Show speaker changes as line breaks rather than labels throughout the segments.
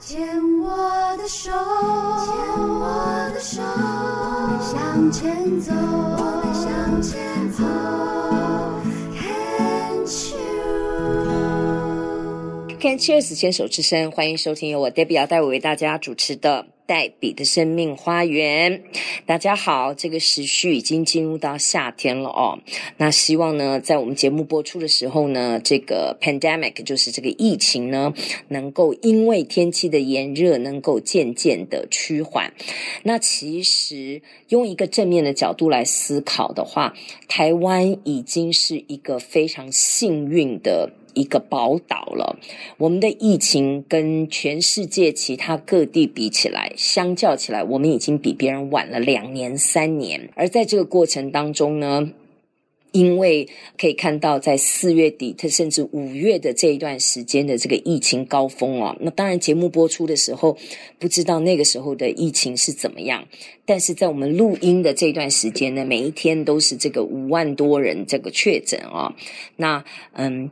牵我的手，牵我的手，我们向前走，我们向前走。Can't you？
Can Cheers 牵手之声，欢迎收听由我 Debbie 姚黛伟为大家主持的《黛比的生命花园》。大家好，这个时序已经进入到夏天了哦。那希望呢，在我们节目播出的时候呢，这个 pandemic 就是这个疫情呢，能够因为天气的炎热，能够渐渐的趋缓。那其实用一个正面的角度来思考的话，台湾已经是一个非常幸运的。一个宝岛了，我们的疫情跟全世界其他各地比起来，相较起来，我们已经比别人晚了两年、三年。而在这个过程当中呢，因为可以看到，在四月底，它甚至五月的这一段时间的这个疫情高峰哦，那当然节目播出的时候，不知道那个时候的疫情是怎么样，但是在我们录音的这段时间呢，每一天都是这个五万多人这个确诊哦，那嗯。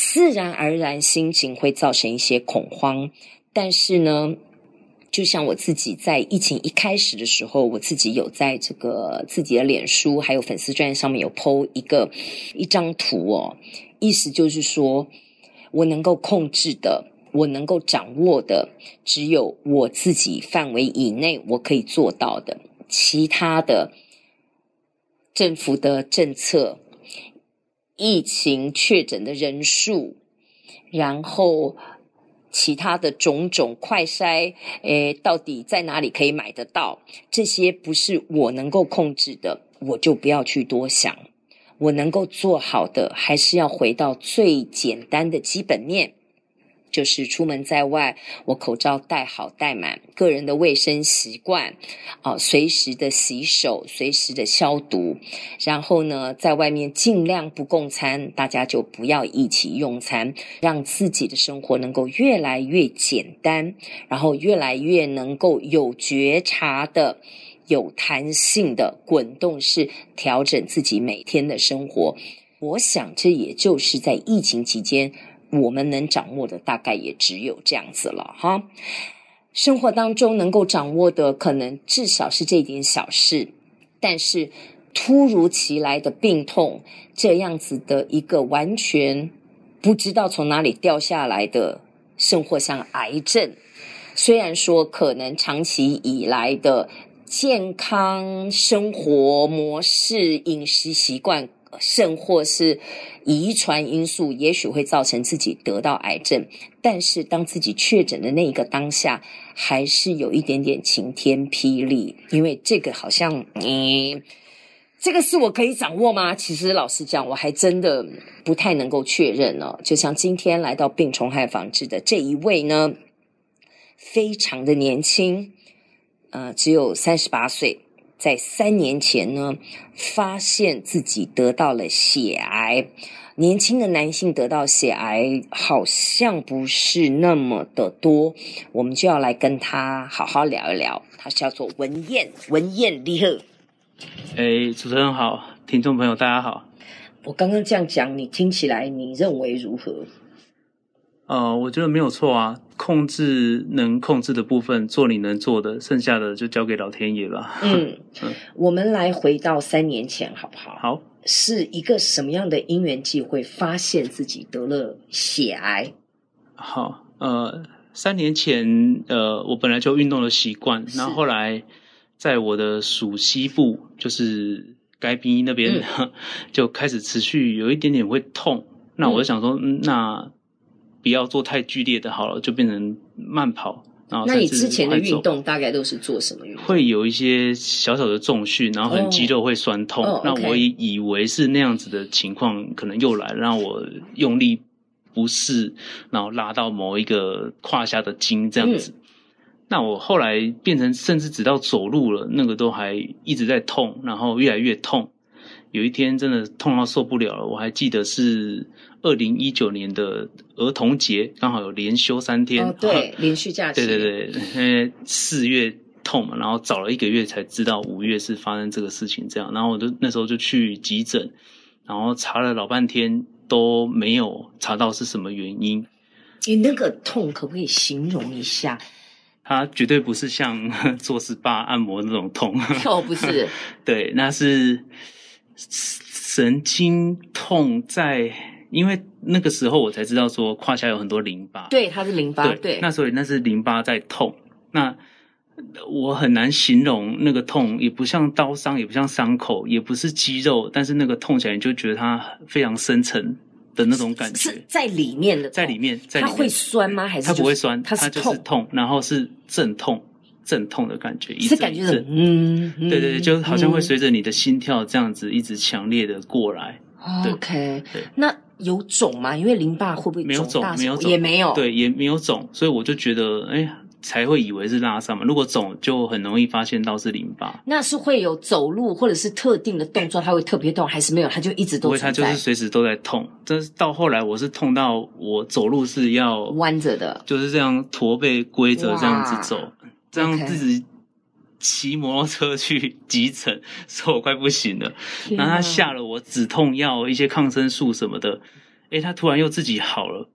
自然而然，心情会造成一些恐慌。但是呢，就像我自己在疫情一开始的时候，我自己有在这个自己的脸书还有粉丝专上面有 PO 一个一张图哦，意思就是说我能够控制的，我能够掌握的，只有我自己范围以内我可以做到的，其他的政府的政策。疫情确诊的人数，然后其他的种种快筛，诶，到底在哪里可以买得到？这些不是我能够控制的，我就不要去多想。我能够做好的，还是要回到最简单的基本面。就是出门在外，我口罩戴好戴满，个人的卫生习惯，啊、随时的洗手，随时的消毒。然后呢，在外面尽量不共餐，大家就不要一起用餐，让自己的生活能够越来越简单，然后越来越能够有觉察的。有弹性的滚动式调整自己每天的生活，我想这也就是在疫情期间我们能掌握的大概也只有这样子了哈。生活当中能够掌握的，可能至少是这点小事，但是突如其来的病痛，这样子的一个完全不知道从哪里掉下来的，甚或像癌症，虽然说可能长期以来的健康生活模式、饮食习惯，甚或是遗传因素，也许会造成自己得到癌症，但是当自己确诊的那一个当下，还是有一点点晴天霹雳，因为这个好像嗯。这个是我可以掌握吗？其实老实讲，我还真的不太能够确认哦。就像今天来到病虫害防治的这一位呢，非常的年轻，呃，只有三十八岁，在三年前呢，发现自己得到了血癌。年轻的男性得到血癌好像不是那么的多，我们就要来跟他好好聊一聊。他叫做文燕，文燕你好。
哎，主持人好，听众朋友大家好。
我刚刚这样讲，你听起来你认为如何？
呃，我觉得没有错啊，控制能控制的部分，做你能做的，剩下的就交给老天爷吧。
嗯
嗯，
我们来回到三年前好不好？
好，
是一个什么样的因缘际会发现自己得了血癌？
好，呃，三年前，呃，我本来就有运动的习惯，
是
然后后来在我的属西部，就是该鼻那边，
嗯
就开始持续有一点点会痛。那我就想说，嗯那不要做太剧烈的，好了，就变成慢跑。然后
那你
甚
之
至
前的
快走哦
运动大概都是做什么运动？
会有一些小小的重训，然后
哦
很肌肉会酸痛。
哦
那
OK
我也以为是那样子的情况，可能又来了，让我用力不适，然后拉到某一个胯下的筋这样子。
嗯
那我后来变成，甚至直到走路了，那个都还一直在痛，然后越来越痛。有一天真的痛到受不了了，我还记得是二零一九年的儿童节，刚好有连休三天，
哦，对，连续假期，
对对对，因为四月痛嘛，然后找了一个月才知道五月是发生这个事情这样，然后我就那时候就去急诊，然后查了老半天都没有查到是什么原因。
你那个痛可不可以形容一下？
它绝对不是像做 SPA 按摩那种痛，
哦，不 是，
对，那是神经痛在，因为那个时候我才知道说胯下有很多淋巴，
对，它是淋巴，对，
那所以那是淋巴在痛，那我很难形容那个痛，也不像刀伤，也不像伤口，也不是肌肉，但是那个痛起来你就觉得它非常深沉的那种感
是
觉，
在里面的，
在里。面，在里
它
面
会酸吗？还是
它
就是
不会酸，
它是
就是
痛，
痛，然后是阵痛，阵痛的感觉，一
是
阵
感觉
一
是
阵
嗯，嗯
对对对，就好像会
嗯
随着你的心跳这样子一直强烈的过来，对
OK，
对
那有肿吗？因为淋巴会不会
没有肿
大，小
没有肿，
也没有。，
对，也没有肿，所以我就觉得，哎、才会以为是拉伤嘛。如果肿，就很容易发现到是淋巴，
那是会有走路或者是特定的动作，它会特别痛，还是没有？它就一直
不
都
会，它
存
就是
在，
随时都在痛。但是到后来，我是痛到我走路是要，
弯着的。
就是这样驼背规则这样子走，这样
OK
自己骑摩托车去急诊，说我快不行了。然后他下了我止痛药、一些抗生素什么的，诶，他突然又自己好了。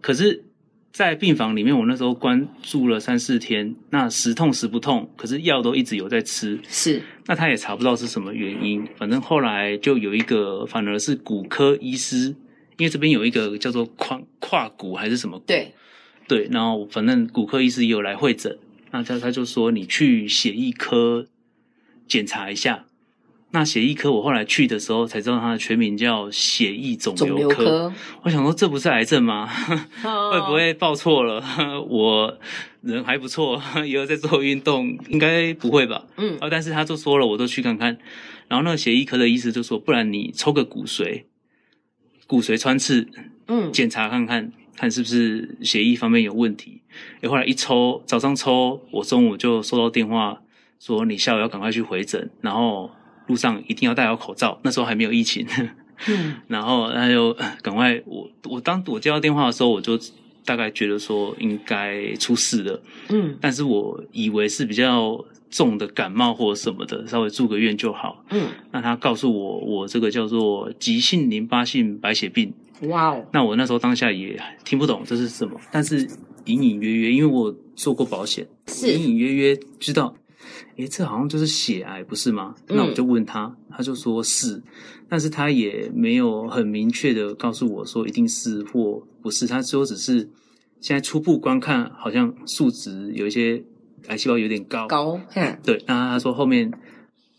可是，在病房里面，我那时候关住了三四天，那时痛时不痛，可是药都一直有在吃，
是
那他也查不到是什么原因。反正后来就有一个，反而是骨科医师，因为这边有一个叫做胯胯骨还是什么骨
对，
对，然后反正骨科医师也有来会诊，那他他就说你去血液科检查一下。那血液科我后来去的时候才知道它的全名叫血液肿
肿瘤
科。
科嗯
我想说这不是癌 症吗？会
会
不？会报错了？ 我人还不错， 也有在做运动，应该不会吧？
嗯
啊，但是他就说了，我都去看看。然后那个血液科的医师就说，不然你抽个骨髓，骨髓穿刺，
嗯，
检查看看，看是不是血液方面有问题。诶后来一抽，早上抽，我中午就收到电话说你下午要赶快去回诊，然后路上一定要戴好口罩。那时候还没有疫情，
嗯
然后他就呃赶快我我当我接到电话的时候，我就大概觉得说应该出事了，
嗯
但是我以为是比较重的感冒或什么的，稍微住个院就好。
嗯，
那他告诉我，我这个叫做急性淋巴性白血病。
哇哦，
那我那时候当下也听不懂这是什么，但是隐隐约约，因为我做过保险，隐
是
隐约约知道，诶，这好像就是血癌，不是吗？
嗯
那我就问他，他就说是，但是他也没有很明确的告诉我说一定是或不是，他说只是现在初步观看，好像数值有一些癌细胞有点高，
高，嗯
对，那他说后面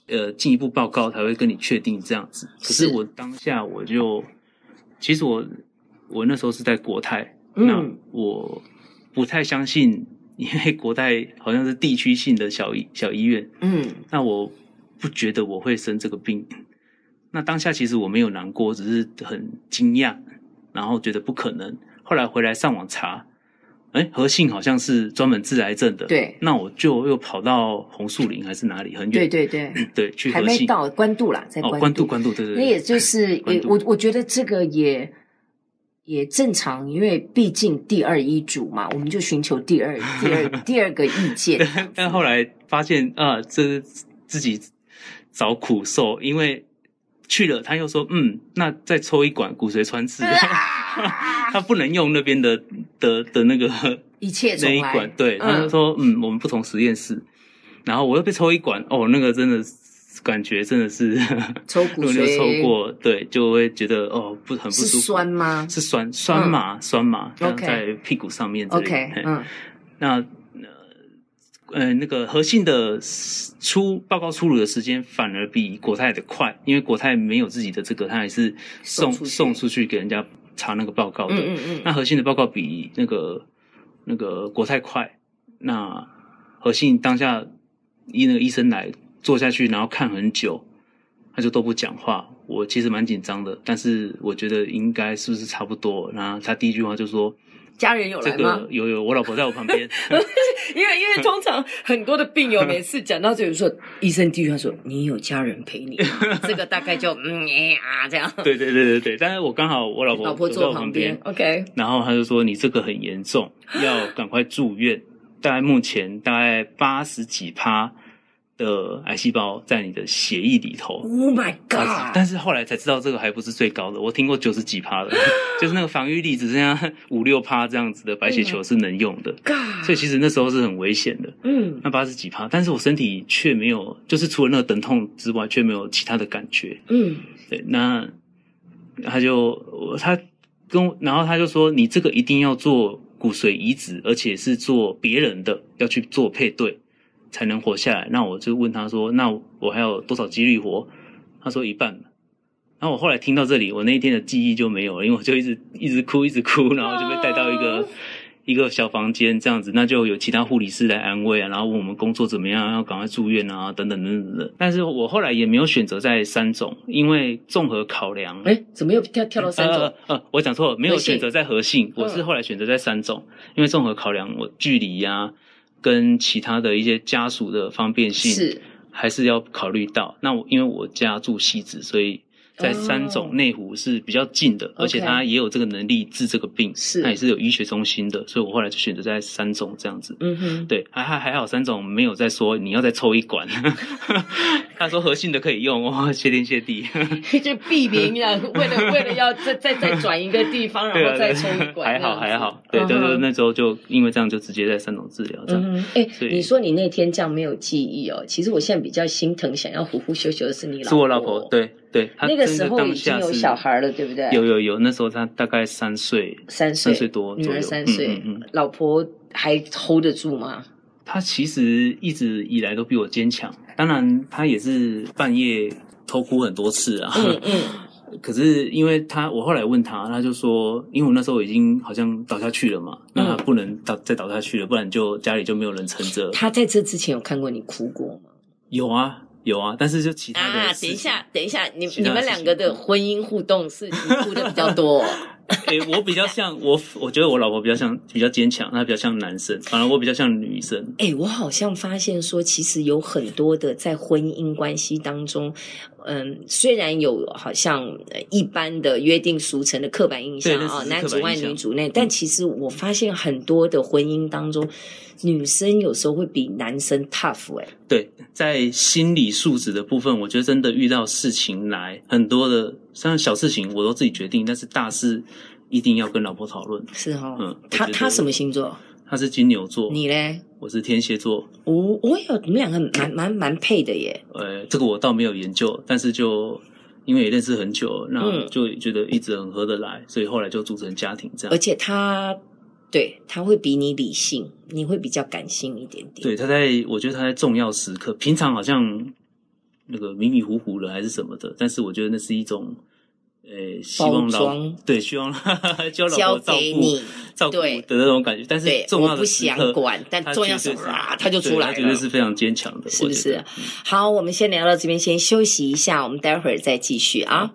呃进一步报告才会跟你确定这样子。可
是
是我当下我就，其实我我那时候是在国泰，那
嗯，
我不太相信，因为国泰好像是地区性的小医小医院，
嗯
那我不觉得我会生这个病。那当下其实我没有难过，只是很惊讶，然后觉得不可能。后来回来上网查，哎，和信好像是专门治癌症的，
对
那我就又跑到红树林还是哪里很
对
远，
对对，
对去
还
和
没
信
到关渡啦，在
哦，
关
关渡关渡，对对
那
对，
也就是
关
也
渡
我我觉得这个也也正常，因为毕竟第二医嘱嘛，我们就寻求第 二第二第二个意见。
但 但后来发现啊，这是自己找苦受，因为去了他又说，嗯，那再抽一管骨髓穿刺，
啊
他不能用那边的的的那个
一切
那
从
一
来
管，对，他就说，嗯，我们不同实验室，然后我又被抽一管，哦，那个真的是感觉真的是，
抽骨
如果你有
髓
抽过，对，就会觉得哦，不很不
是
舒服，
酸吗
是酸酸麻、酸麻，
嗯 OK
在屁股上面之类的
？OK，
嘿
嗯，
那呃呃那个核信的出报告出炉的时间反而比国泰的快，因为国泰没有自己的这个，它还是
送
送
出去
送出去给人家查那个报告的。
嗯嗯
那核信的报告比那个那个国泰快，那核信当下医那个医生来坐下去，然后看很久，他就都不讲话。我其实蛮紧张的，但是我觉得应该是不是差不多。那他第一句话就说
嗯，家人有：“
这
来吗
个？有有，我老婆在我旁边。”
因为因为通常很多的病友每次讲到这里说，医生第一句话说：“你有家人陪你吗？”这个大概就嗯哎呀这样，
对对对对对，但是我刚好我老婆
老婆
走
坐
到
旁
旁
边
边，
，OK，
然后他就说你这个很严重，要赶快住院。大概目前大概八十几趴的癌细胞在你的血液里头。
Oh my
啊但
god！
是后来才知道这个还不是最高的，我听过九十几趴的， 就是那个防御力只剩下五六趴这样子的白血球是能用的，
God，
所以其实那时候是很危险的。
嗯
那八十几趴，但是我身体却没有，就是除了那个疼痛之外，却没有其他的感觉。
嗯，
对，那他就我他跟我，然后他就说，你这个一定要做骨髓移植，而且是做别人的，要去做配对才能活下来。那我就问他说，那我还有多少几率活？他说一半。然后我后来听到这里，我那一天的记忆就没有了，因为我就一直一直哭，一直哭，然后就被带到一个、
哦
一个小房间这样子，那就有其他护理师来安慰啊，然后问我们工作怎么样，要赶快住院啊，等等等等等。但是我后来也没有选择在三种，因为综合考量，
哎，怎么又跳跳到三
呃
种？嗯
呃，我讲错了，没有
和信
选择在核信，我是后来选择在三种，因为综合考量，我距离呀、跟其他的一些家属的方便性，
是
还是要考虑到。那我因为我家住西子，所以在三
哦
种内湖是比较近的，而且
OK
他也有这个能力治这个病，
是
那也是有医学中心的，所以我后来就选择在三种这样子。
嗯哼，
对，还还还好，三总没有再说你要再抽一管，他说核心的可以用，哇，谢天谢 地。
就避免了，为了为了要再再再转一个地方，
对
然
啊，
后再
对
抽一管，
还好还好，对，但是
那。
那时候就因为这样就直接在三种治疗这样。
嗯哼，哎、
所以
你说你那天这样没有记忆哦，其实我现在比较心疼，想要呼呼咻咻的是你老
是我老婆，，对对，她
那个
真的
时候
当
已经
下
有
是
小孩了，对不对？
有有有，那时候她大概三岁，
三岁，
三岁多
女
左
儿
右
三
嗯
岁，
嗯嗯
老婆还 hold 得住吗？
她其实一直以来都比我坚强，当然她也是半夜偷哭很多次啊。
嗯嗯，
可是因为她，我后来问她，她就说，因为我那时候已经好像倒下去了嘛，那她
嗯
不能倒再倒下去了，不然就家里就没有人撑着。
她在这之前有看过你哭过吗？
有啊有啊，但是就其他的
啊，
事
等一
情
下，等一下，你
其
你
他的
们
事
两
情
个的婚姻互动是你哭的比较多、
诶、我比较像我，我觉得我老婆比较像比较坚强，她比较像男生，反而我比较像女生。
哎、我好像发现说，其实有很多的在婚姻关系当中，嗯，虽然有好像呃一般的约定俗成的刻板印象
对那
啊、
只是
男
刻
主
板
外
印象嗯
女主内，但其实我发现很多的婚姻当中，女生有时候会比男生 tough 哎、
对，在心理素质的部分，我觉得真的遇到事情来很多的，像小事情我都自己决定，但是大事一定要跟老婆讨论。
是哦，
嗯我
她
觉得
她什么星座？
她是金牛座，
你嘞？
我是天蝎座，
我我有，你们两个蛮蛮蛮配的耶。
呃，这个我倒没有研究，但是就。因为也认识很久，那
嗯
就觉得一直很合得来，所以后来就组成家庭这样
而。且她对她会比你理性，你会比较感性一点点。
对，他在我觉得他在重要时刻，平常好像那个迷迷糊糊了还是什么的，但是我觉得那是一种，呃，希望
包
老
装
对，希望 希望老
交
婆照
给
顾
你。
照顾
对
的那种感觉，但是
对
重要
我
的
不
时
想
刻，
管但
他
重要
绝对
时
是
候啊他就
对
出
他
来
绝对
了
是非常坚强的，
是
我
不
觉
是
得嗯
好，我们先聊到这边，先休息一下，我们待会儿再继续啊。